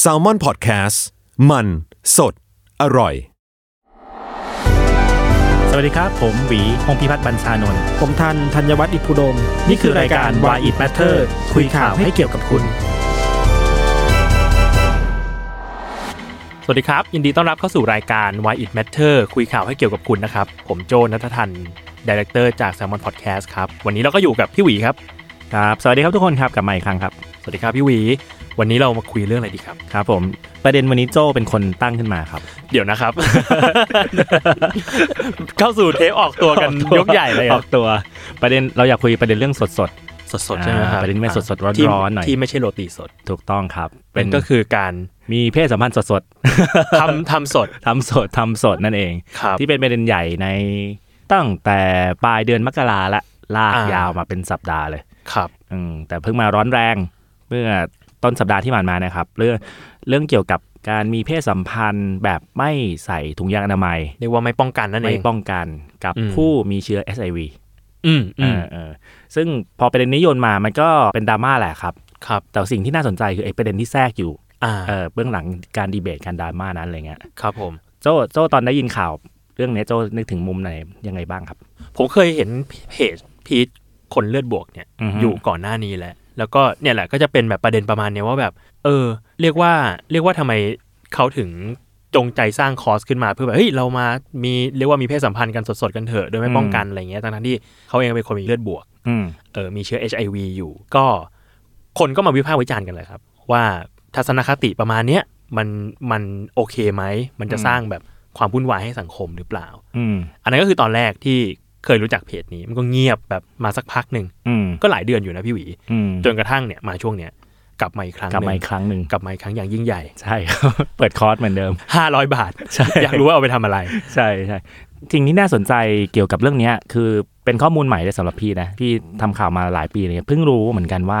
แซลมอนพอดแคสต์มันสดอร่อย สวัสดีครับ ผมหวีพงพิพัฒน์บัญชานนท์ ผมทันธัญวัฒน์อิพุดม นี่คือรายการ Why It Matter คุยข่าวให้เกี่ยวกับคุณ สวัสดีครับ ยินดีต้อนรับเข้าสู่รายการ Why It Matter คุยข่าวให้เกี่ยวกับคุณนะครับ ผมโจนัททันดีเรคเตอร์จาก Salmon Podcast ครับ วันนี้เราก็อยู่กับพี่หวีครับ ครับ สวัสดีครับทุกคนครับกลับมาอีกครั้งครับ สวัสดีครับพี่หวี วันนี้เรามาคุยเรื่องอะไรดีครับ ครับผมประเด็นวันนี้โจเป็นคนตั้งขึ้นมาครับ เดี๋ยวนะครับ เข้าสู่เทปออกตัวกันยกใหญ่เลย ออกตัว ประเด็นเราอยากคุยประเด็นเรื่องสดสด สดๆใช่ไหมครับ อ่าประเด็นไม่สดๆร้อนๆ ที่ หน่อย ที่ไม่ใช่โรตีสด ๆถูกต้องครับ เป็ เป็น น ก็คือการ มีเพศสัมพันธ์สดสด ทำ ทำสด ๆ ทำสดทำสดนั่นเอง ครับ ที่เป็นประเด็นใหญ่ในตั้งแต่ปลายเดือนมกราละลาก อ่าย ยาวมาเป็นสัปดาห์เลย ครับ อืมแต่เพิ่งมาร้อนแรงเมื่อต้นสัปดาห์ที่ผ่านมานะครับ เรื่องเรื่องเกี่ยวกับการมีเพศสัมพันธ์แบบไม่ใส่ถุงยางอนามัย เรียกว่าไม่ป้องกันนั่นเอ ไม่ ง ป้องกันกับ อืม ผู้มีเชื้อ SIV อืมอืม เออเออซึ่งพอประเด็นนี้โยนมา มันก็เป็นดราม่าแหละครับ ครับ แต่สิ่งที่น่าสนใจคือไอ้ประเด็นที่แทรกอยู่ อ่า เออเบื้องหลังการดีเบตการดราม่านั้นอะไรเงี้ย ครับผม โจโจตอนได้ยินข่าว เรื่องเนี้ยโจนึกถึงมุมไหนยังไงบ้างครับ ผมเคยเห็นเพจพีทคนเลือดบวกเนี่ย อือฮึ อยู่ก่อนหน้านี้แหละแล้วก็เนี่ยแหละก็จะเป็นแบบประเด็นประมาณเนี้ยว่าแบบ เออ เรียกว่าเรียกว่าทำไมเขาถึงจงใจสร้างคอร์สขึ้นมาเพื่อแบบเฮ้ยเรามามีเรียกว่ามีเพศสัมพันธ์กันสดๆกันเถอะโดยไม่ป้องกันอะไรเงี้ยทั้งๆที่เขาเองเป็นคนมีเลือดบวก อืม เออมีเชื้อ HIV อยู่ ก็คนก็มาวิพากษ์วิจารณ์กันเลยครับ ว่าทัศนคติประมาณเนี้ยมันมันโอเคไหม มันจะ อืม สร้างแบบความวุ่นวายให้สังคมหรือเปล่า อืม อันนั้นก็คือตอนแรกที่เคยรู้จักเพจนี้ มันก็เงียบแบบมาสักพักหนึ่ง อืม ก็หลายเดือนอยู่นะพี่หวี อืม จนกระทั่งเนี่ยมาช่วงเนี้ยกลับมาอีกครั้งห กลับ นึ่ มาง อีกครั้งหนึ่ง กลับมาอีกครั้งอย่างยิ่ งใหญ่ ใช่ครับ เปิดคอร์สเหมือนเดิม 500 บาท ใช่ อยากรู้ว่าเอาไปทำอะไร ใช่ใช่สิ่งที่น่าสนใจเกี่ยวกับเรื่องเนี้ยคือเป็นข้อมูลใหม่เลยสำหรับพี่นะพี่ทำข่าวมาหลายปีเลยเพิ่งรู้เหมือนกันว่า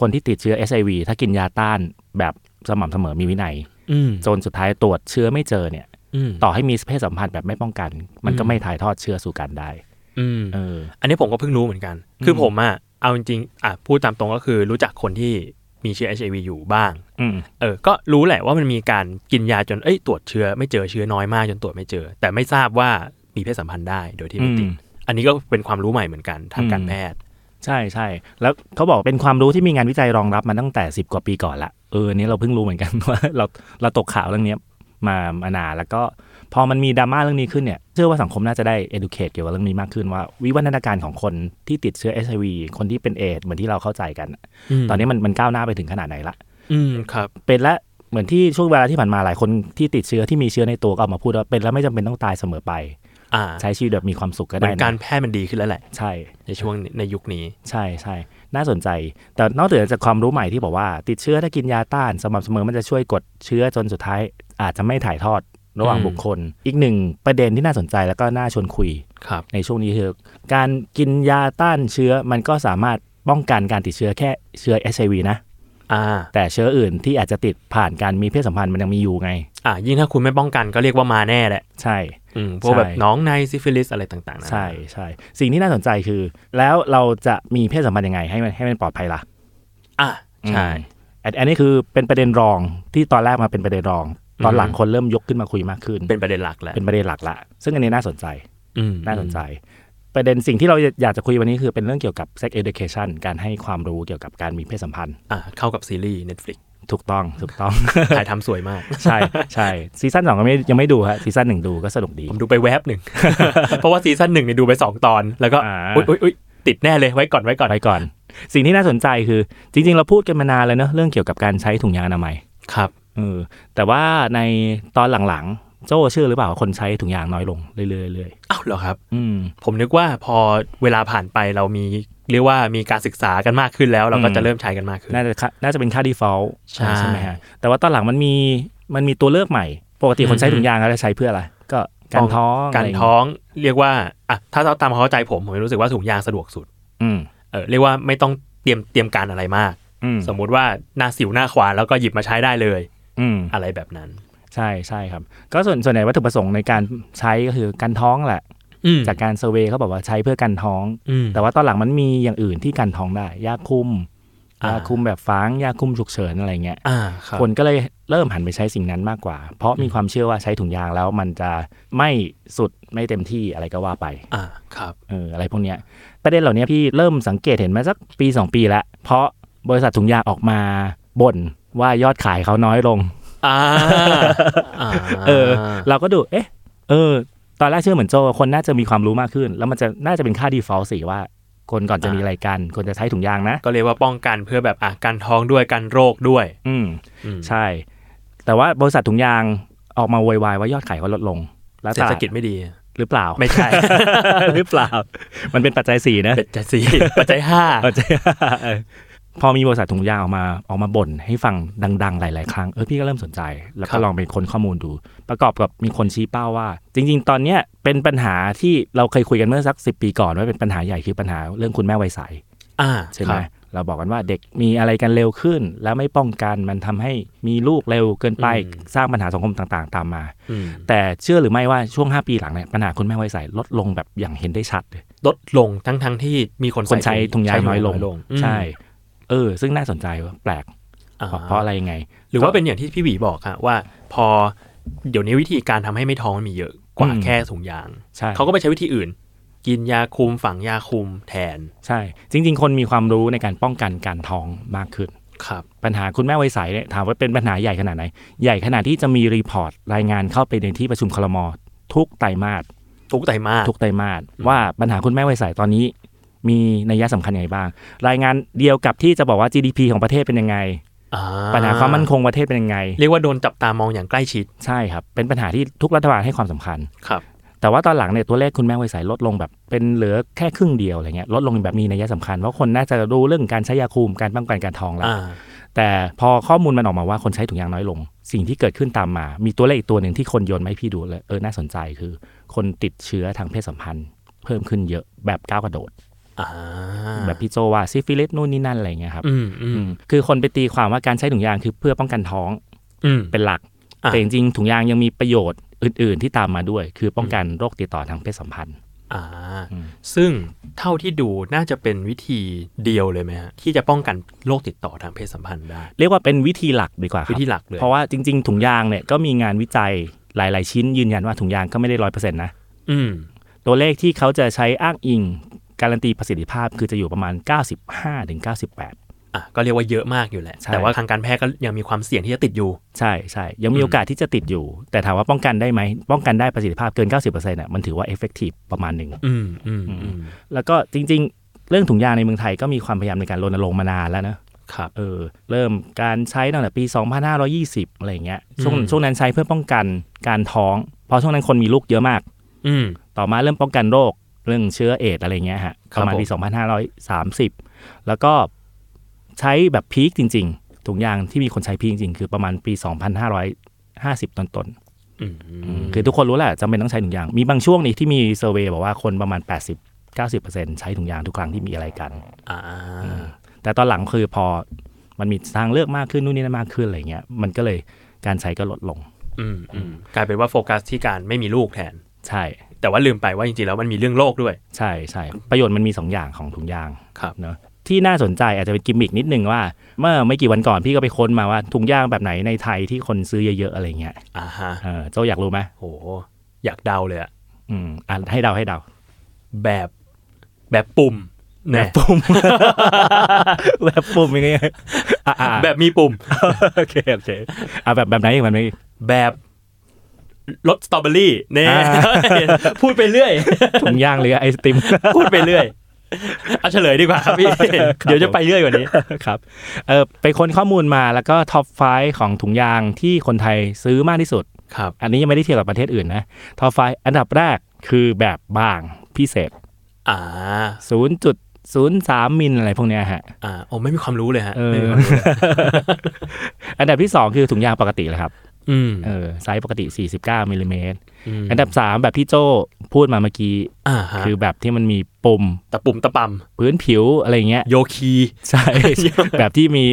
คนที่ติดเชื้อ SIV ถ้ากินยาต้านแบบสม่ำเสมอมีวินัย อืม จนสุดท้ายตรวจเชื้อไม่เจอเนี่ย อืม ต่อให้มีเพศสัมพันธ์แบบไม่ป้องกัน มันก็ อืม ไม่ถ่ายทอดเชื้อสู่กันได้ อืม เออ อันนี้ผมก็เพิ่งรู้เหมือนกัน คือผมอะเอาจริงๆอ่ะพูดตามตรงก็คือรู้จักคนที่มีเชื้อ HIV อยู่บ้าง อืม เออ ก็รู้แหละว่ามันมีการกินยาจน เอ้ย ตรวจเชื้อไม่เจอเชื้อน้อยมากจนตรวจไม่เจอ แต่ไม่ทราบว่ามีเพศสัมพันธ์ได้โดยที่ไม่ติด อืม อันนี้ก็เป็นความรู้ใหม่เหมือนกันทางการ อืม แพทย์ ใช่ใช่แล้วเขาบอกเป็นความรู้ที่มีงานวิจัยรองรับมาตั้งแต่ 10 กว่าปีก่อนละเออเนี่ยเราเพิ่งรู้เหมือนกัน ว่าเราเราตกข่าวเรื่องเนี้ยมามานานแล้วก็พอมันมีดราม่าเรื่องนี้ขึ้นเนี่ยเชื่อว่าสังคมน่าจะได้ educate เกี่ยวกับเรื่องนี้มากขึ้นว่า วิวัฒนาการของคนที่ติดเชื้อ HIV คนที่เป็นเอดส์เหมือนที่เราเข้าใจกันอะตอนนี้มันมันก้าวหน้าไปถึงขนาดไหนละ อืม ครับ เป็นและเหมือนที่ช่วงเวลาที่ผ่านมาหลายคนที่ติดเชื้อที่มีเชื้อในตัวก็ออกมาพูดว่าเป็นแล้วไม่จำเป็นต้องตายเสมอไป อ่า ใช้ชีวิตแบบมีความสุขก็ เหมื ได้ อน นะ การแพทย์มันดีขึ้นแล้วแหละ ใช่ ในช่วงในยุคนี้ ใช่ใช่ น่าสนใจ แต่นอกเหนือจากความรู้ใหม่ที่บอกว่า ติดเชื้อถ้ากินยาต้านสม่ำเสมอมันจะช่วยกดเชื้อจนสุดท้าย อาจจะไม่ถ่ายทอดระหว่าง อืม บุคคล อีกหนึ่งประเด็นที่น่าสนใจแล้วก็น่าชวนคุย ครับ ในช่วงนี้คือการกินยาต้านเชื้อมันก็สามารถป้องกันการติดเชื้อแค่เชื้อ HIV นะ อ่า แต่เชื้ออื่นที่อาจจะติดผ่านการมีเพศสัมพันธ์มันยังมีอยู่ไง อ่า ยิ่งถ้าคุณไม่ป้องกันก็เรียกว่ามาแน่แหละ ใช่ อืม พวกแบบ ใช่ น้องในซิฟิลิสอะไรต่างๆนะ ใช่ใช่สิ่งที่น่าสนใจคือ แล้วเราจะมีเพศสัมพันธ์ยังไงให้มันให้มันปลอดภัยล่ะ อ่าใช่ อันอันนี้คือเป็นประเด็นรองที่ตอนแรกมาเป็นประเด็นรอง ตอนหลัง อืม คนเริ่มยกขึ้นมาคุยมากขึ้น เป็นประเด็นหลักแหละ เป็นประเด็นหลักละ ซึ่งอันนี้น่าสนใจ อืม น่าสนใจ ประเด็นสิ่งที่เราอยากจะคุยวันนี้คือเป็นเรื่องเกี่ยวกับ sex education การให้ความรู้เกี่ยวกับการมีเพศสัมพันธ์ อ่าเข้ากับซีรีส์ Netflix ถูกต้องถูกต้อง ถ่ายทำสวยมาก ใช่ใช่ซีซั่นสองก็ไม่ยังไม่ดูฮะซีซั่นหนึ่งดูก็สนุกดี ผมดูไปแวบหนึ่ง เพราะว่าซีซั่นหนึ่งเนี่ยดูไป 2 ตอน แล้วก็ อ่า อุ๊ยอุ๊ยอุ๊ยติดแน่เลยไว้ก่อนไว้ก่อน ไปก่อน สิ่งที่น่าสนใจคือ จริง ๆ เราพูดกันมานานแล้วเนอะเรื่องเกี่ยวกับการใช้ถุงยางอนามัย ครับ เออแต่ว่าในตอนหลังๆโจ้เชื่อหรือเปล่าว่าคนใช้ถุงยางน้อยลงเรื่อยๆเรื่อย อ้าวเหรอครับ ๆอืม ผมนึกว่าพอเวลาผ่านไปเรามีเรียกว่ามีการศึกษากันมากขึ้นแล้ว เราก็ อืม จะเริ่มใช้กันมากขึ้น น่าจะค่ะน่าจะเป็นค่า default ใช่ ไหมฮะ แต่ว่าตอนหลังมันมีมันมีตัวเลือกใหม่ ปกติคนใช้ อืม ถุงยางเขาจะใช้เพื่ออะไร ก็การท้อง การ ะไย่ย ท้องเรียกว่าอ่ะถ้าตามความเข้าใจผมผมรู้สึกว่าถุงยางสะดวกสุด อืม เออเรียกว่าไม่ต้องเตรียมเตรียมการอะไรมาก อืม สมมุติว่าหน้าสิวหน้าขวานแล้วก็หยิบมาใช้ได้เลย อืม อะไรแบบนั้น ใช่ใช่ครับ ก็ส่วนส่วนใหญ่วัตถุประสงค์ในการใช้ก็คือการท้องแหละ อืม จากการเซอร์เวย์เขาบอกว่าใช้เพื่อการท้อง อืม แต่ว่าตอนหลังมันมีอย่างอื่นที่การท้องได้ยาคุม อ่าย ยาคุมแบบฟางยาคุมฉุกเฉินอะไรเงี้ย อ่าครับ คนก็เลยเริ่มหันไปใช้สิ่งนั้นมากกว่า เพราะมีความเชื่อว่าใช้ถุงยางแล้วมันจะไม่สุดไม่เต็มที่อะไรก็ว่าไป อ่าครับ เอออะไรพวกเนี้ยประเด็นเหล่านี้พี่เริ่มสังเกตเห็นมาสักปี 2 ปีแล้ว เพราะบริษัทถุงยางออกมาบ่นว่ายอดขายเขาน้อยลง อ่าา เออ เราก็ดูเอ๊ะเออ ตอนแรกเชื่อเหมือนโจคนน่าจะมีความรู้มากขึ้น แล้วมันจะน่าจะเป็นค่า default สิว่า คนก่อนจะมีอะไรายกันคนจะใช้ถุงยางนะ ก็เรียกว่าป้องกันเพื่อแบบอ่ะกันท้องด้วยกันโรคด้วย อืม อืม ใช่ แต่ว่าบริษัทถุงยางออกมาโวยวายว่ายอดขายเขาลดลง แล้ว เศรษ แต่ ฐกิจไม่ดี หรือเปล่า ไม่ใช่ หรือเปล่า มันเป็นปัจจัยสี่นะ ปัจจัยสี่ปัจจัยห้า ปัจจัยเออ พอมีบริษัทถุงยางออกมาออกมาบ่นให้ฟังดัง ๆ หลาย ๆ ครั้ง เออพี่ก็เริ่มสนใจ แล้วก็ลองไปค้นข้อมูลดู ประกอบกับมีคนชี้เป้าว่า จริง ๆ ตอนเนี้ยเป็นปัญหาที่เราเคยคุยกันเมื่อสักสิปีก่อนว่าเป็นปัญหาใหญ่คือปัญหาเรื่องคุณแม่วัยใส อ่า ใช่ไหมเราบอกกันว่าเด็กมีอะไรกันเร็วขึ้น แล้วไม่ป้องกันมันทำให้มีลูกเร็วเกินไปสร้างปัญหาสังคมต่าง ๆ ตามมา อืม แต่เชื่อหรือไม่ว่าช่วง 5 ปีหลังเนี่ยปัญหาคุณแม่วัยใสลดลงแบบอย่างเห็นได้ชัดเลย ลดลงทั้งทั้งๆที่มีคน คนใช้ถุงยางน้อยลง อืม ใช่ เออ ซึ่งน่าสนใจว่าแปลก อ่า เพราะอะไรยังไง หรือว่าเป็นอย่างที่พี่หวีบอกอะว่าพอเดี๋ยวนี้วิธีการทำให้ไม่ท้องมันมีเยอะกว่า อืม แค่ถุงยาง ใช่ เขาก็ไปใช้วิธีอื่น กินยาคุมฝังยาคุมแทน ใช่ จริง ๆ คนมีความรู้ในการป้องกันการท้องมากขึ้น ครับ ปัญหาคุณแม่วัยใสเนี่ยถามว่าเป็นปัญหาใหญ่ขนาดไหน ใหญ่ขนาดที่จะมีรีพอร์ตรายงานเข้าไปในที่ประชุมคลมทุกไตรมาส ทุกไตรมาส ทุกไตรมาสว่าปัญหาคุณแม่วัยใสตอนนี้ มีนัยสำคัญยังไงบ้าง รายงานเดียวกับที่จะบอกว่า GDP ของประเทศเป็นยังไง อ่ ปัญหาความมั่นคงประเทศเป็นยังไง เรียกว่าโดนจับตามองอย่างใกล้ชิด ใช่ครับ เป็นปัญหาที่ทุกรัฐบาลให้ความสำคัญ ครับ แต่ว่าตอนหลังเนี่ยตัวเลขคุณแม่วัยใสลดลงแบบเป็นเหลือแค่ครึ่งเดียวอะไรเงี้ยลดลงแบบมีนัยสำคัญเพราะคนน่าจะรู้เรื่องการใช้ยาคุมการป้องกันการท้องแล้ว อ่า แต่พอข้อมูลมันออกมาว่าคนใช้ถุงยางน้อยลง สิ่งที่เกิดขึ้นตามมา มีตัวเลขอีกตัวหนึ่งที่คนโยนมาให้พี่ดูเลยเออน่าสนใจคือ คนติดเชื้อทางเพศสัมพันธ์ เพิ่มขึ้นเยอะแบบก้าวกระโดด อ่า แบบพี่โจว่าซิฟิลิสนู่นนี่นั่นอะไรเงี้ยครับ อืมอืม อืมคือคนไปตีความว่าการใช้ถุงยางคือเพื่อป้องกันท้อง อืม เป็นหลัก อ่ะ แต่จริงๆถุงยางยังมีประโยชน์อื่น ๆ ที่ตามมาด้วย คือป้องกันโรคติดต่อทางเพศสัมพันธ์ อ่า อืม ซึ่งเท่าที่ดูน่าจะเป็นวิธีเดียวเลยไหมฮะที่จะป้องกันโรคติดต่อทางเพศสัมพันธ์ได้ เรียกว่าเป็นวิธีหลักดีกว่าค วิ รับ ธีหลักเลย เพราะว่าจริง ๆ ถุงยางเนี่ยก็มีงานวิจัยหลาย ๆ ชิ้นยืนยันว่าถุงยางก็ไม่ได้ร้อยเปอร์เซ็นต์นะ อืม ตัวเลขที่เขาจะใช้อ้างอิง การันตีประสิทธิภาพคือจะอยู่ประมาณ 95-98 อ่ะก็เรียกว่าเยอะมากอยู่แหละ ใช่ แต่ว่าทางการแพทย์ก็ยังมีความเสี่ยงที่จะติดอยู่ ใช่ใช่ยังมีโอกาสที่จะติดอยู่ แต่ถามว่าป้องกันได้ไหม ป้องกันได้ประสิทธิภาพเกิน 90%เนี่ยมันถือว่า effective ประมาณหนึ่ง อืมอืมอืม แล้วก็จริง ๆ เรื่องถุงยางในเมืองไทยก็มีความพยายามในการรณรงค์มานานแล้วนะ ครับ เออเริ่มการใช้ตั้งแต่ปี 2520 อะไรอย่างเงี้ยช่วง อืม ช่วงนั้นใช้เพื่อป้องกันการท้อง เพราะช่วงนั้นคนมีลูกเยอะมาก อืม ต่อมาเริ่มป้องกันโรคเรื่องเชื้อเอดส์อะไรเงี้ยฮะ ค ป รับ ระมาณปี 2530 แล้วก็ใช้แบบพีคจริงๆถุงยางที่มีคนใช้พีคจริงๆ คือประมาณปี 2550 ต้นๆ อืม คือทุกคนรู้แหละจำเป็นต้องใช้ถุงยางมีบางช่วงนี้ที่มีเซอร์เวยบอกว่าคนประมาณ 80 90%ใช้ถุงยางทุกครั้งที่มีอะไรกัน อ่า แต่ตอนหลังคือพอมันมีทางเลือกมากขึ้นนู่นนี่นั่นมากขึ้นอะไรเงี้ยมันก็เลยการใช้ก็ลดลง อืมอืมกลายเป็นว่าโฟกัสที่การไม่มีลูกแทน ใช่ แต่ว่าลืมไปว่าจริงๆแล้วมันมีเรื่องโลกด้วย ใช่ใช่ประโยชน์มันมี 2 อย่างของถุงยาง ครับ เนอะที่น่าสนใจอาจจะเป็นกิมมิกนิดนึงว่า เมื่อไม่กี่วันก่อนพี่ก็ไปค้นมาว่าถุงยางแบบไหนในไทยที่คนซื้อเยอะๆอะไรเงี้ย อ่าฮะ เออโจอยากรู้ไหม โห อยากเดาเลยอะ อืมอ่ะให้เดาให้เดา แบบแบบปุ่มแน่ ปุ่ม แบบปุ่มยังไงอ่ะอ่ะ แบบมีปุ่ม โอเคโอเคอ่ะแบบแบบไหนอีกแบบไหนอีก แบบรสสตรอเบอรี่เน่ อ่า พูดไปเรื่อย ถุงยางหรือไอศติม พูดไปเรื่อยเอาเฉลยดีกว่าครับพี่ เดี๋ยวจะไปเรื่อยกว่านี้ ครับเออไปค้นข้อมูลมาแล้วก็ท็อปไฟของถุงยางที่คนไทยซื้อมากที่สุด ครับ อันนี้ยังไม่ได้เทียบกับประเทศอื่นนะท็อปไฟอันดับแรกคือแบบบางพิเศษ อ่า 0.03 มิลอะไรพวกเนี้ยฮะ อ่าโอ้ไม่มีความรู้เลยฮะ เออ ไม่มีความรู้ เลย อันดับที่ 2 คือถุงยางปกติแหละครับ อืม เออไซส์ปกติ 49มิลลิเมตร ม อันดับ 3 แบบที่โจพูดมาเมื่อกี้ อ่าฮะ คือแบบที่มันมีปุ่ม ตะปุ่มตะป พื้นผิวอะไรเงี้ย ำโยคี ใช่ แบบที่มี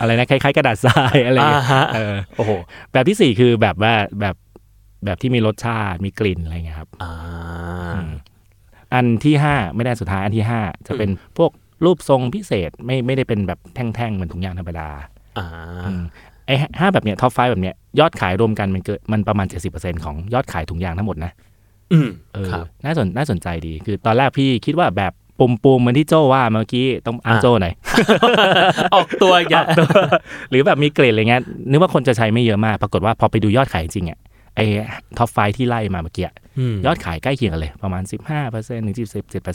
อะไรนะคล้ายๆ กระดาษทรายอะไร อ่า เงี้ย ฮะ เออ โอ้โห แบบที่สี่คือแบบว่าแบบแบบที่มีรสชาติมีกลิ่นอะไรเงี้ยครับ อ่า อืมอันที่ห้าไม่ได้สุดท้ายอันที่ห้าจะเป็นพวก รูปทรงพิเศษไม่ไม่ได้เป็นแบบแท่งๆเหมือนถุงยางธรรมดา อ่า อืมไอ้ห้าแบบเนี้ยท็อปไฟแบบเนี้ยยอดขายรวมกันมันเกิดมันประมาณ 70%ของยอดขายถุงยางทั้งหมดนะ อืม เออ ครับ น่าสนน่าสนใจดี คือตอนแรกพี่คิดว่าแบบปุ่มปุ่มๆเหมือนที่โจว่าเมื่อกี้ต้องอ้าง อ่ะ โจหน่อย ออกตัวอีก อย่าง หรือแบบมีเกรดอะไรเงี้ยนึกว่าคนจะใช้ไม่เยอะมาก ปรากฏว่าพอไปดูยอดขายจริงๆอ่ะไอ้ท็อปไฟที่ไล่มาเมื่อกี้อะยอดขายใกล้เคียงกันเลย ประมาณ 15%ถึง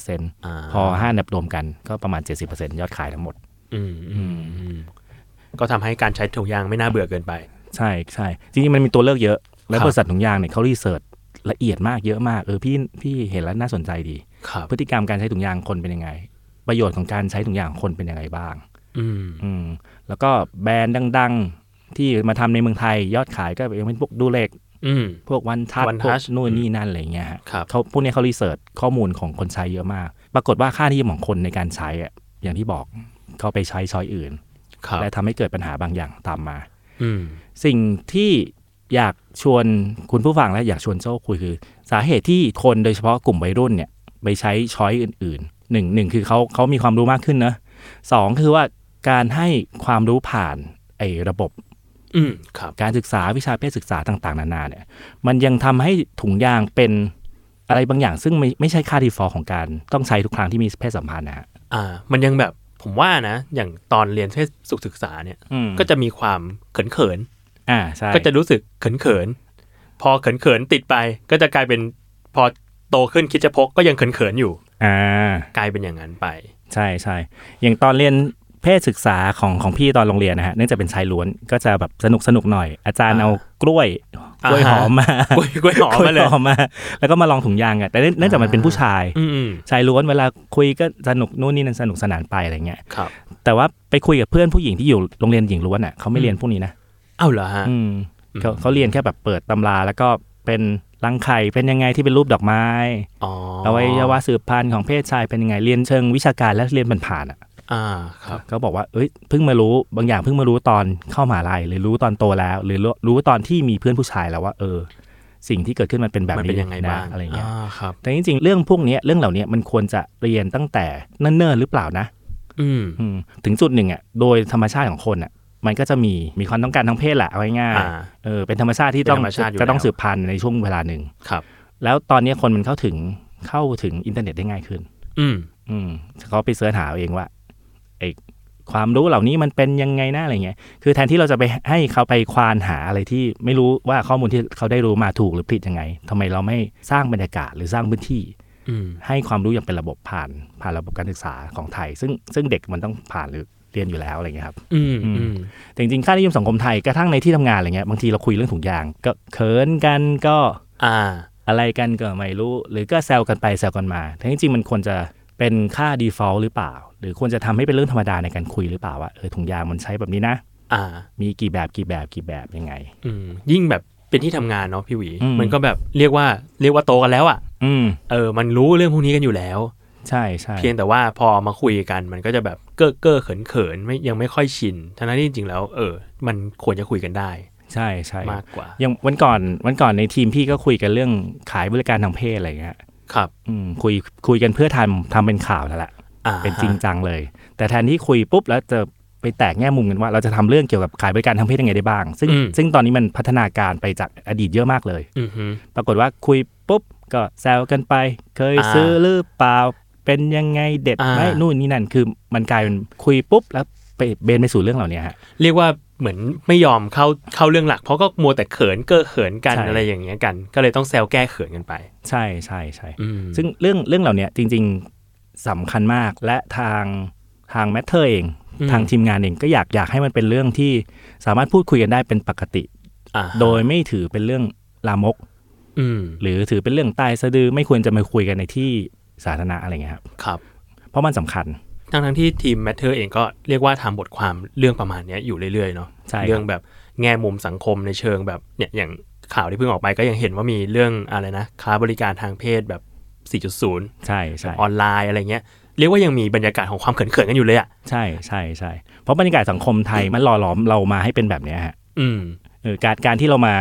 17%พอ5นับรวมกันก็ประมาณ 70%ยอดขายทั้งหมด อืมอืมอืมก็ทำให้การใช้ถุงยางไม่น่าเบื่อเกินไป ใช่ใช่จริงๆมันมีตัวเลือกเยอะ แล้ว ครับ บริษัทถุงยางเนี่ยเขารีเสิร์ชละเอียดมากเยอะมากเออพี่พี่เห็นแล้วน่าสนใจดี ครับ พฤติกรรมการใช้ถุงยางคนเป็นยังไง ประโยชน์ของการใช้ถุงยางของคนเป็นยังไงบ้าง อืม อืมแล้วก็แบรนด์ดัง ๆ ที่มาทำในเมืองไทยยอดขายก็ยังเป็นพวกดูเล็ก อืม พวกวันทัช One พวก Touch นู่นนี่นั่นอะไรอย่างเงี้ยฮะ ครับ เขาพวกเนี้ยเขารีเสิร์ชข้อมูลของคนใช้เยอะมาก ปรากฏว่าค่านิยมของคนในการใช้อะอย่างที่บอกเขาไปใช้ช้อยอื่น ครับ และทำให้เกิดปัญหาบางอย่างตามมา อืม สิ่งที่อยากชวนคุณผู้ฟังและอยากชวนโจ้คุยคือ สาเหตุที่คนโดยเฉพาะกลุ่มวัยรุ่นเนี่ยไปใช้ช้อยอื่นๆหนึ่งหนึ่งคือเขาเขามีความรู้มากขึ้นนะสองคือว่าการให้ความรู้ผ่านไอ้ระบบ อืม ครับ การศึกษาวิชาเพศศึกษาต่างๆ นานาเนี่ยมันยังทำให้ถุงยางเป็นอะไรบางอย่าง ซึ่งไม่ไม่ใช่ค่าดีฟอลต์ของการต้องใช้ทุกครั้งที่มีเพศสัมพันธ์นะฮะ อ่า มันยังแบบผมว่านะ อย่างตอนเรียนเพศสุขศึกษาเนี่ย ก็ ก็ จะมีความเขินเขิน อ่าใช่ ๆก็จะรู้สึกเขินเขินๆพอเขินเขินๆติดไป ก็จะกลายเป็นพอโตขึ้นคิดจะพกก็ยังเขินเขินๆอยู่ อ่า กลายเป็นอย่างนั้นไป ใช่ใช่อย่างตอนเรียนเพศศึกษาของของพี่ตอนโรงเรียนนะฮะเนื่องจากเป็นชายล้วนก็จะแบบสนุกสนุกหน่อย อาจารย์ อ่า เอากล้วยกล้วย อ่า ห ฮะ อมมาก ล้วยกล้วยหอมมาเลย หอมมา แล้วก็มาลองถุงยางอ่ะแต่เนื่องเนื่องจากมันเป็นผู้ชาย อืมอืม ชายล้วนเวลาคุยก็สนุกนู่นนี่นั่นสนุกสนานไปอะไรเงี้ย ครับ แต่ว่าไปคุยกับเพื่อนผู้หญิงที่อยู่โรงเรียนหญิงล้วนอ่ะเขาไม่เรียนพวกนี้นะ เอ้าเหรอฮะ อืม อืม เขาเขาเรียนแค่แบบเปิดตำราแล้วก็เป็นรังไข่เป็นยังไงที่เป็นรูปดอกไม้ อ๋อ อวัยวะสืบพันธุ์ของเพศชายเป็นยังไงเรียนเชิงวิชาการและเรียนผ่านๆอ่ะ อ่า ครับ ก็บอกว่า เอ้ย เพิ่งมารู้ บางอย่างเพิ่งมารู้ตอนเข้ามหาลัยหรือรู้ตอนโตแล้ว หรือรู้รู้ตอนที่มีเพื่อนผู้ชายแล้วว่า เออ สิ่งที่เกิดขึ้นมันเป็นแบบ มัน นี้ เป็นยังไงบ้าง นะอะไรเงี้ย ครับ แต่จริงๆ เรื่องพวกเนี้ยเรื่องเหล่าเนี้ยมันควรจะเรียนตั้งแต่เนิ่นๆ หรือเปล่านะ อืม อืม ถึงจุดหนึ่งอ่ะ โดยธรรมชาติของคนอ่ะ มันก็จะมี มีความต้องการทางเพศแหละเอาง่ายๆ อ่า เออ เป็นธรรมชาติที่ต้อง เป็นธรรมชาติอยู่ จะต้อง แล้ว สืบพันธุ์ในช่วงเวลาหนึ่ง ครับ แล้วตอนเนี้ยคนมันเข้าถึง เข้าถึงอินเทอร์เน็ตได้ง่ายขึ้น อืม อืมเขาไปเสิร์ชหาเอาเองว่าไอความรู้เหล่านี้มันเป็นยังไงนะอะไรเงี้ยคือแทนที่เราจะไปให้เขาไปควานหาอะไรที่ไม่รู้ว่าข้อมูลที่เขาได้รู้มาถูกหรือผิดยังไงทำไมเราไม่สร้างบรรยากาศหรือสร้างพื้นที่ อืม ให้ความรู้อย่างเป็นระบบผ่านผ่านระบบการศึกษาของไทย ซึ่งซึ่งเด็กมันต้องผ่านหรือเรียนอยู่แล้วอะไรเงี้ยครับ อืมอืม แต่จริงๆค่านิยมสังคมไทยกระทั่งในที่ทำงานอะไรเงี้ยบางทีเราคุยเรื่องถุงยาง ก็เขินกันก็ อ่า อะไรกันก็ไม่รู้ หรือก็แซวกันไปแซวกันมาแต่จริงๆมันควรจะเป็นค่า default หรือเปล่า หรือควรจะทำให้เป็นเรื่องธรรมดาในการคุยหรือเปล่าว่าเออถุงยางมันใช้แบบนี้นะ อ่า มีกี่แบบกี่แบบกี่แบบยังไง อืม ยิ่งแบบเป็นที่ทำงานเนาะพี่หวี อืม มันก็แบบเรียกว่าเรียกว่าโตกันแล้วอะ่ะ อืม เออ มันรู้เรื่องพวกนี้กันอยู่แล้ว ใช่ใช่ เพียงแต่ว่าพอมาคุยกันมันก็จะแบบเก้อเก้อเขินเขินๆไม่ยังไม่ค่อยชิน ทั้งนั้นที่จริงๆแล้ว เออ มันควรจะคุยกันได้ ใช่ใช่ มากกว่า อย่างวันก่อนวันก่อนในทีมพี่ก็คุยกันเรื่องขายบริการทางเพศอะไรเงี้ย ครับ อืมคุยคุยกันเพื่อทำทำเป็นข่าวนั่นแหละ อ่า เป็นจริงจังเลย แต่แทนที่คุยปุ๊บแล้วจะไปแตกแง่มุมกันว่าเราจะทำเรื่องเกี่ยวกับขายบริการทางเพศยังไงได้บ้าง ซึ่งซึ่งตอนนี้มันพัฒนาการไปจากอดีตเยอะมากเลย อือฮึ ปรากฏว่าคุยปุ๊บก็แซวกันไป เคย อ่า ซื้อหรือเปล่า เป็นยังไงเด็ดไหม อ่า นู่นนี่นั่นคือมันกลายเป็นคุยปุ๊บแล้วไปเบนไปสู่เรื่องเหล่านี้ฮะ เรียกว่าเหมือนไม่ยอมเข้าเข้าเรื่องหลัก เพราะก็มัวแต่เขินเก้อเขินกัน ใช่ อะไรอย่างเงี้ยกัน ก็เลยต้องแซวแก้เขินกันไป ใช่ใช่ใช่ อืม ซึ่งเรื่องเรื่องเหล่านี้จริง ๆสำคัญมากและทางทางแมทเธอร์เอง อืม ทางทีมงานเองก็อยากอยากให้มันเป็นเรื่องที่สามารถพูดคุยกันได้เป็นปกติ อ่า โดยไม่ถือเป็นเรื่องลามก อืม หรือถือเป็นเรื่องใต้สะดือไม่ควรจะมาคุยกันในที่สาธารณะอะไรเงี้ยครับ ครับ เพราะมันสำคัญ ทั้งทั้งๆที่ทีมแมทเ e อร์เองก็เรียกว่าทำบทความเรื่องประมาณเนี้ยอยู่เรื่อยๆเนาะ ใช่ครับ เรื่องแบบแง่มุมสังคมในเชิงแบบเนี่ยอย่างข่าวที่เพิ่งออกไปก็ยังเห็นว่ามีเรื่องอะไรนะค้าบริการทางเพศแบบ 4.0 ใช่ใช่ ออนไลน์อะไรเงี้ย เรียกว่ายังมีบรรยากาศของความเขินๆกันอยู่เลยอะ่ะ ใช่ใช่ใช่เพราะบรรยากาศสังคมไทยมันหล่อหลอมเรามาให้เป็นแบบเนี้ยฮะ อืม เออการการที่เรามา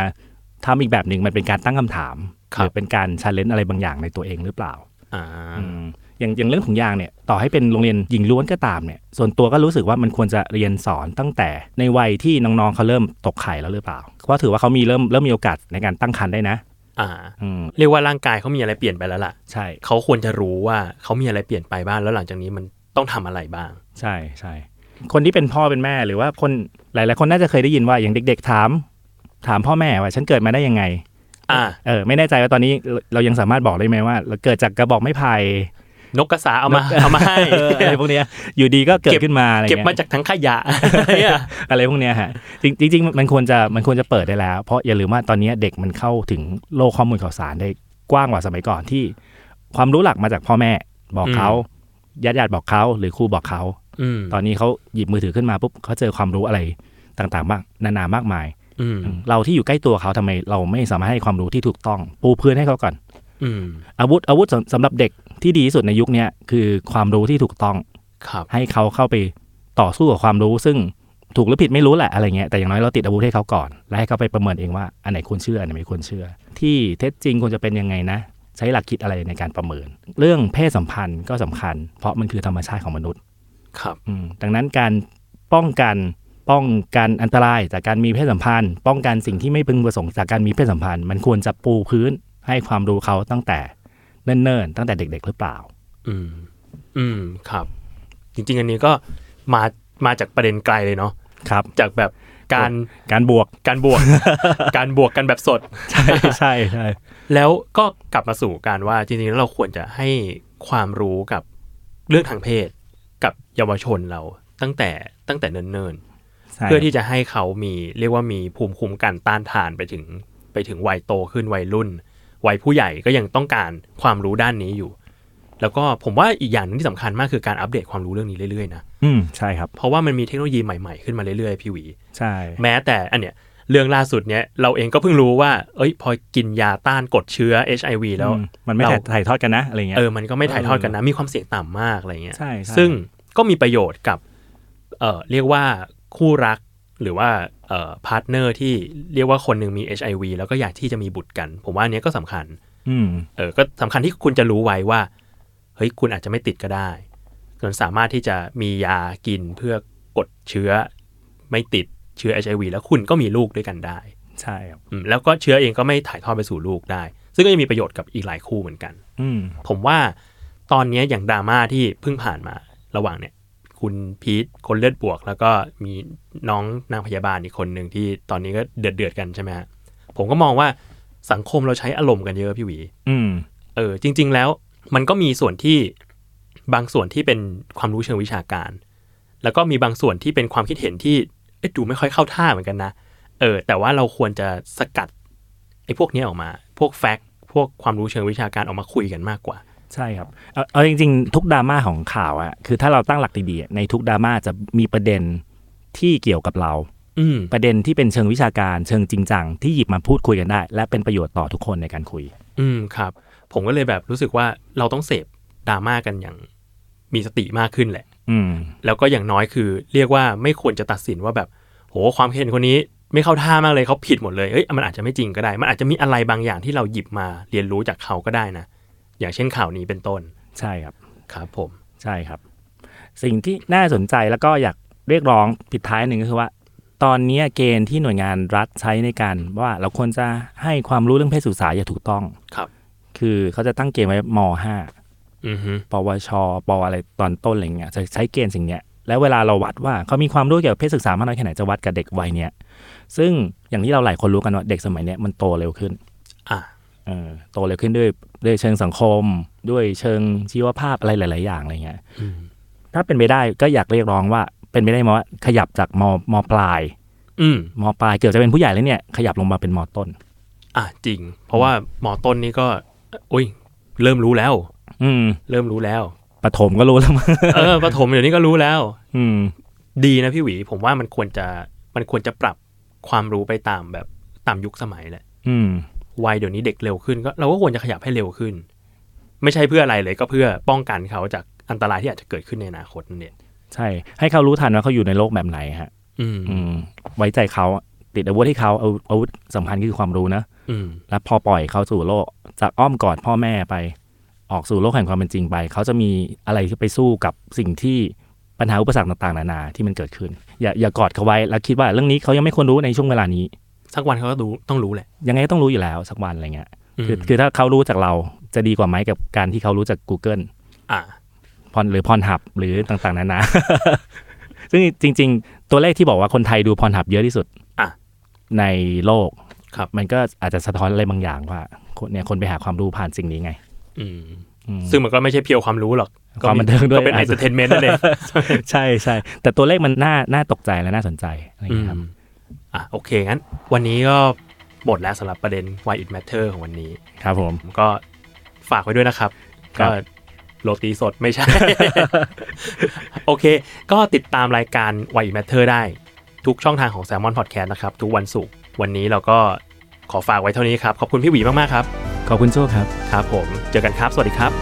ทำอีกแบบหนึ่งมันเป็นการตั้งคำถาม ค ห รับ รือเป็นการชันเลนอะไรบางอย่างในตัวเองหรือเปล่า อ่า อืม อย่างอย่างเรื่องถุงยางเนี่ยต่อให้เป็นโรงเรียนหญิงล้วนก็ตามเนี่ยส่วนตัวก็รู้สึกว่ามันควรจะเรียนสอนตั้งแต่ในวัยที่น้องๆเขาเริ่มตกไข่แล้วหรือเปล่าเพราะถือว่าเขามีเริ่มเริ่มมีโอกาสในการตั้งครรภ์ได้นะ อ่า อืม เรียกว่าร่างกายเขามีอะไรเปลี่ยนไปแล้วล่ะ ใช่ เขาควรจะรู้ว่าเขามีอะไรเปลี่ยนไปบ้างแล้วหลังจากนี้มันต้องทำอะไรบ้าง ใช่ใช่คนที่เป็นพ่อเป็นแม่หรือว่าคนหลายๆคนน่าจะเคยได้ยินว่าอย่างเด็ก ๆ ถาม ถามพ่อแม่ว่าฉันเกิดมาได้ยังไง อ่า เออไม่แน่ใจว่าตอนนี้เราเรายังสามารถบอกได้ไหมว่า เราเกิดจากกระบอกไม้ไผ่ นกกระสาเอามาเอามาให้ เอออะไรพวกเนี้ยอยู่ดีก็เกิด เก็บ ขึ้นมาอะไร เก็บ เงี้ มายจากถังขยะ เนี่ย อะไรพวกเนี้ยฮะจริงจริงจริงๆมันควรจะมันควรจะเปิดได้แล้ว เพราะอย่าลืมว่าตอนเนี้ยเด็กมันเข้าถึงโลกข้อมูลข่าวสารได้กว้างกว่าสมัยก่อนที่ ความรู้หลักมาจากพ่อแม่บอกเขาญาติญาติๆบอกเขาหรือครูบอกเขา อืม ตอนนี้เขาหยิบมือถือขึ้นมาปุ๊บเขาเจอความรู้อะไรต่างๆมากนานามากมาย อืม เราที่อยู่ใกล้ตัวเขาทำไมเราไม่สามารถให้ความรู้ที่ถูกต้อง ปูพื้นให้เขาก่อน อืม อาวุธอาวุธสำสำหรับเด็กที่ดีที่สุดในยุคเนี้ยคือความรู้ที่ถูกต้อง ครับ ให้เขาเข้าไปต่อสู้กับความรู้ ซึ่งถูกหรือผิดไม่รู้แหละอะไรเงี้ยแต่อย่างน้อยเราติดอาวุธให้เขาก่อน และให้เขาไปประเมินเองว่าอันไหนควรเชื่ออันไหนไม่ควรเชื่อ ที่เท็จจริงควรจะเป็นยังไงนะ ใช้หลักคิดอะไรในการประเมิน เรื่องเพศสัมพันธ์ก็สำคัญ เพราะมันคือธรรมชาติของมนุษย์ ครับ อืมดังนั้นการป้องกันป้องกันอันตรายจากการมีเพศสัมพันธ์ ป้องกันสิ่งที่ไม่พึงประสงค์จากการมีเพศสัมพันธ์ มันควรจะปูพื้นให้ความรู้เขาตั้งแต่เนิ่นๆตั้งแต่เด็ก ๆ หรือเปล่า อืม อืมครับ จริง ๆ อันนี้ก็มามาจากประเด็นไกลเลยเนาะ ครับ จากแบบการ การบวก การบวก การบวกกันแบบสด ใช่ ใช่ใช่ แล้วก็กลับมาสู่การว่าจริงๆแล้วเราควรจะให้ความรู้กับเรื่องทางเพศ กับเยาวชนเราตั้งแต่ตั้งแต่เนิ่นๆ ใช่ เพื่อที่จะให้เขามีเรียกว่ามีภูมิคุ้มกันต้านทานไปถึงไปถึงวัยโตขึ้นวัยรุ่น วัยผู้ใหญ่ก็ยังต้องการความรู้ด้านนี้อยู่ แล้วก็ผมว่าอีกอย่างหนึงที่สำคัญมากคือการอัปเดตความรู้เรื่องนี้เรื่อยๆนะ อืมใช่ครับ เพราะว่ามันมีเทคโนโลยีใหม่ๆขึ้นมาเรื่อยๆพี่หวี ใช่ แม้แต่อันเนี้ยเรื่องล่าสุดเนี้ยเราเองก็เพิ่งรู้ว่า เอ้ย พอกินยาต้านกรดเชื้อ HIV แล้ว อืมมันไม่ เรา ถ่ายถ่ายทอดกันนะอะไรเงี้ย เออมันก็ไม่ถ่ายทอดกันนะ มีความเสี่ยงต่ำมากอะไรเงี้ย ใช่ใช่ ซึ่งก็มีประโยชน์กับเออเรียกว่าคู่รักหรือว่าเอ่อพาร์ทเนอร์ที่เรียกว่าคนหนึ่งมี HIV แล้วก็อยากที่จะมีบุตรกัน ผมว่าอันเนี้ยก็สำคัญ อืม เออก็สำคัญที่คุณจะรู้ไว้ว่าเฮ้ยคุณอาจจะไม่ติดก็ได้จนสามารถที่จะมียากินเพื่อกดเชื้อไม่ติดเชื้อ HIV แล้วคุณก็มีลูกด้วยกันได้ ใช่ครับ อืมแล้วก็เชื้อเองก็ไม่ถ่ายทอดไปสู่ลูกได้ ซึ่งก็จะมีประโยชน์กับอีกหลายคู่เหมือนกัน อืม ผมว่าตอนเนี้ยอย่างดราม่าที่เพิ่งผ่านมาระหว่างเนี่ย คุณพีทคนเลือดบวก แล้วก็มีน้องนางพยาบาลอีกคนหนึ่งที่ตอนนี้ก็เดือดเดือดๆกันใช่ไหมฮะผมก็มองว่าสังคมเราใช้อารมณ์กันเยอะพี่หวี อืม เออจริง ๆ แล้วมันก็มีส่วนที่บางส่วนที่เป็นความรู้เชิงวิชาการ แล้วก็มีบางส่วนที่เป็นความคิดเห็นที่เอ๊ะดูไม่ค่อยเข้าท่าเหมือนกันนะเออแต่ว่าเราควรจะสกัดไอ้พวกเนี้ยออกมา พวกแฟกต์พวกความรู้เชิงวิชาการออกมาคุยกันมากกว่า ใช่ครับเอาเอาจริง ๆ ทุกดราม่าของข่าวอะคือถ้าเราตั้งหลักดีๆอะในทุกดราม่าจะมีประเด็นที่เกี่ยวกับเรา อืม ประเด็นที่เป็นเชิงวิชาการเชิงจริงจังที่หยิบมาพูดคุยกันได้ และเป็นประโยชน์ต่อทุกคนในการคุย อืมครับ ผมก็เลยแบบรู้สึกว่าเราต้องเสพดราม่ากันอย่างมีสติมากขึ้นแหละ อืม แล้วก็อย่างน้อยคือเรียกว่าไม่ควรจะตัดสินว่าแบบโหความเห็นคนนี้ไม่เข้าท่ามากเลยเขาผิดหมดเลยเอ้ยมันอาจจะไม่จริงก็ได้ มันอาจจะมีอะไรบางอย่างที่เราหยิบมาเรียนรู้จากเขาก็ได้นะ อย่างเช่นข่าวนี้เป็นต้น ใช่ครับ ครับผม ใช่ครับ สิ่งที่น่าสนใจแล้วก็อยากเรียกร้องปิดท้ายหนึ่งก็คือว่า ตอนนี้เกณฑ์ที่หน่วยงานรัฐใช้ในการว่าเราควรจะให้ความรู้เรื่องเพศศึกษาอย่างถูกต้อง ครับ คือเขาจะตั้งเกณฑ์ไว้ม .5 อือฮึ ปวช ปอะไรตอนต้นอะไรเงี้ยจะใช้เกณฑ์สิ่งเนี้ยแล้วเวลาเราวัดว่าเขามีความรู้เกี่ยวกับเพศศึกษามากน้อยแค่ไหนจะวัดกับเด็กวัยเนี้ยซึ่งอย่างที่เราหลายคนรู้กันว่าเด็กสมัยเนี้ยมันโตเร็วขึ้น อ่ะ เออโตเร็วขึ้นด้วยด้วยเชิงสังคม ด้วยเชิงชีวภาพอะไรหลาย ๆ อย่างอะไรเงี้ยถ้าเป็นไปได้ก็อยากเรียกร้องว่าเป็นไปได้ไหมว่าขยับจากมมปลาย อืม มปลายเกือบจะเป็นผู้ใหญ่แล้วเนี่ยขยับลงมาเป็นมต้น อ่ะจริง เพราะว่าหมอต้นนี่ก็อุ้ยเริ่มรู้แล้ว อืม เริ่มรู้แล้ว ปฐมก็รู้แล้วมั้ง เออประถมเดี๋ยวนี้ก็รู้แล้ว อืม ดีนะพี่หวี ผมว่ามันควรจะมันควรจะปรับความรู้ไปตามแบบตามยุคสมัยแหละ อืม วัยเดี๋ยวนี้เด็กเร็วขึ้นก็เราก็ควรจะขยับให้เร็วขึ้น ไม่ใช่เพื่ออะไรเลยก็เพื่อป้องกันเขาจากอันตรายที่อาจจะเกิดขึ้นในอนาคตนั่นเอง ใช่ ให้เขารู้ทันว่าเขาอยู่ในโลกแบบไหนฮะ อืม อืม ไว้ใจเขาติดอาวุธให้เขาเอาอาวุธสำคัญคือความรู้นะ อืม แล้วพอปล่อยเขาสู่โลกจากอ้อมกอดพ่อแม่ไป ออกสู่โลกแห่งความเป็นจริงไป เขาจะมีอะไรที่ไปสู้กับสิ่งที่ปัญหาอุปสรรคต่างๆนานาที่มันเกิดขึ้น อย่าอย่ากอดเขาไว้แล้วคิดว่าเรื่องนี้เขายังไม่ควรรู้ในช่วงเวลานี้ สักวันเขาก็รู้ต้องรู้แหละ ยังไงก็ต้องรู้อยู่แล้วสักวันอะไรเงี้ยคือ ม คือถ้าเขารู้จากเราจะดีกว่าไหมกับการที่เขารู้จาก Google อ่า พรหรือพรหับหรือต่างๆนานา ซึ่งจริง ๆ ตัวเลขที่บอกว่าคนไทยดูพรหับเยอะที่สุด อ่ะ ในโลก ครับ มันก็อาจจะสะท้อนอะไรบางอย่างว่าคนเนี่ยคนไปหาความรู้ผ่านสิ่งนี้ไง อืม อืม ซึ่งมันก็ไม่ใช่เพียวความรู้หรอก ความบันเทิงด้วย ก็เป็น อา เอ จ นเตจะอร์เทนเมนต์นั่นเอง ใช่ใช่แต่ตัวเลขมันน่าน่าตกใจและน่าสนใจอะไรอย่างเงี้ยครับ อืมอ่ะโอเคงั้น วันนี้ก็หมดแล้วสำหรับประเด็น why it matter ของวันนี้ ครับผม ผมก็ฝากไว้ด้วยนะครับ ครั ก็ บ โรตีสดไม่ ใช่ โอเค ก็ติดตามรายการ Why It Matter ได้ ทุกช่องทางของ Salmon Podcast นะครับ ทุกวันศุกร์วันนี้เราก็ขอฝากไว้เท่านี้ครับ ขอบคุณพี่หวีมาก ๆ ครับ ขอบคุณโชคครับ ครับผม เจอกันครับ สวัสดีครับ